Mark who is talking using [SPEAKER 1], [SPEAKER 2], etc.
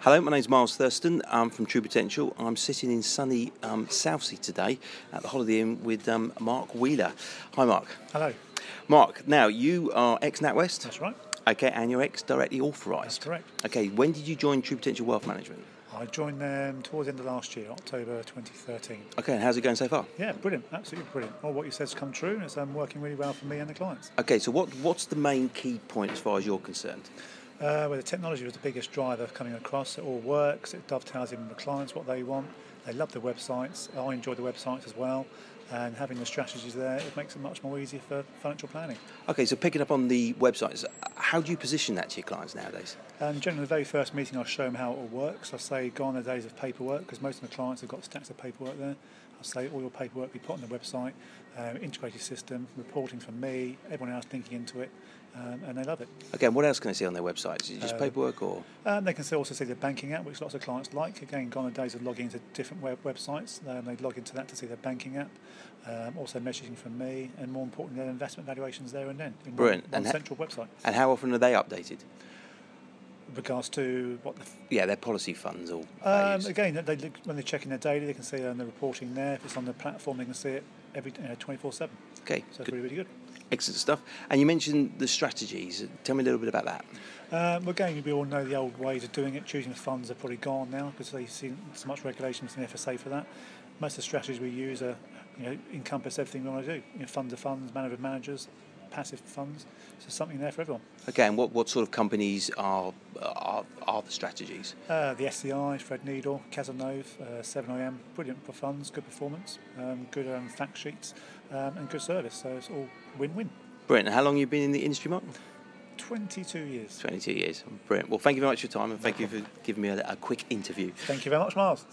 [SPEAKER 1] Hello, my name's Miles Thurston. I'm from True Potential. I'm sitting in sunny um, Southsea today at the Holiday Inn with um, Mark Wheeler. Hi, Mark.
[SPEAKER 2] Hello,
[SPEAKER 1] Mark, now you are ex NatWest.
[SPEAKER 2] that's right.
[SPEAKER 1] Okay, and you're ex directly
[SPEAKER 2] That's
[SPEAKER 1] authorised.
[SPEAKER 2] correct.
[SPEAKER 1] Okay, when did you join True Potential Wealth Management?
[SPEAKER 2] I joined them towards the end of last year, October 2013.
[SPEAKER 1] Okay, and how's it going so far?
[SPEAKER 2] Yeah, brilliant, absolutely brilliant. All what you said's come true, and it's um, working really well for me and the clients.
[SPEAKER 1] Okay, so what, what's the main key point as far as you're concerned?
[SPEAKER 2] Uh, well, the technology was the biggest driver coming across. It all works. It dovetails in with the clients what they want. They love the websites. I enjoy the websites as well, and having the strategies there, it makes it much more easy for financial planning.
[SPEAKER 1] Okay, so picking up on the websites, how do you position that to your clients nowadays?
[SPEAKER 2] Um, generally, the very first meeting, I show them how it all works. I say, go on the days of paperwork, because most of the clients have got stacks of paperwork there. I say, all your paperwork be put on the website, um, integrated system, reporting from me, everyone else linking into it, um, and they love it.
[SPEAKER 1] Okay, and what else can they see on their websites? Is it
[SPEAKER 2] Uh,
[SPEAKER 1] just paperwork or?
[SPEAKER 2] Um, they can still also see the banking app, which lots of clients like. Again, gone are the days of logging into different web websites. Um, they log into that to see their banking app, um, also messaging from me, and more importantly, their investment valuations there and then in one-
[SPEAKER 1] Brilliant.
[SPEAKER 2] one,
[SPEAKER 1] And ha-
[SPEAKER 2] central website.
[SPEAKER 1] And how often are they updated?
[SPEAKER 2] With regards to what the f-
[SPEAKER 1] Yeah, their policy funds or.
[SPEAKER 2] Um,
[SPEAKER 1] values.
[SPEAKER 2] again, they look, when they check in their daily, they can see it on the reporting there. If it's on the platform, they can see it every twenty four seven.
[SPEAKER 1] Okay,
[SPEAKER 2] So it's
[SPEAKER 1] good,
[SPEAKER 2] really, really good.
[SPEAKER 1] excellent stuff. And you mentioned the strategies. Tell me a little bit about that.
[SPEAKER 2] Um, well, again, we all know the old ways of doing it. Choosing funds are probably gone now because they've seen so much regulations in the FSA for that. Most of the strategies we use are, you know, encompass everything we want to do. You know, funds are funds, manager of managers, passive funds. So something there for everyone.
[SPEAKER 1] Okay, and what, what sort of companies are, are are the strategies?
[SPEAKER 2] Uh, the SCI, Fred Needle, Casanova, uh, 7IM, brilliant for funds, good performance, um, good um, fact sheets, um, and good service. So it's all win-win.
[SPEAKER 1] Brilliant. And how long have you been in the industry, Mark?
[SPEAKER 2] 22 years.
[SPEAKER 1] 22 years. Brilliant. Well, thank you very much for your time and thank you for giving me a, a quick interview.
[SPEAKER 2] Thank you very much, Miles.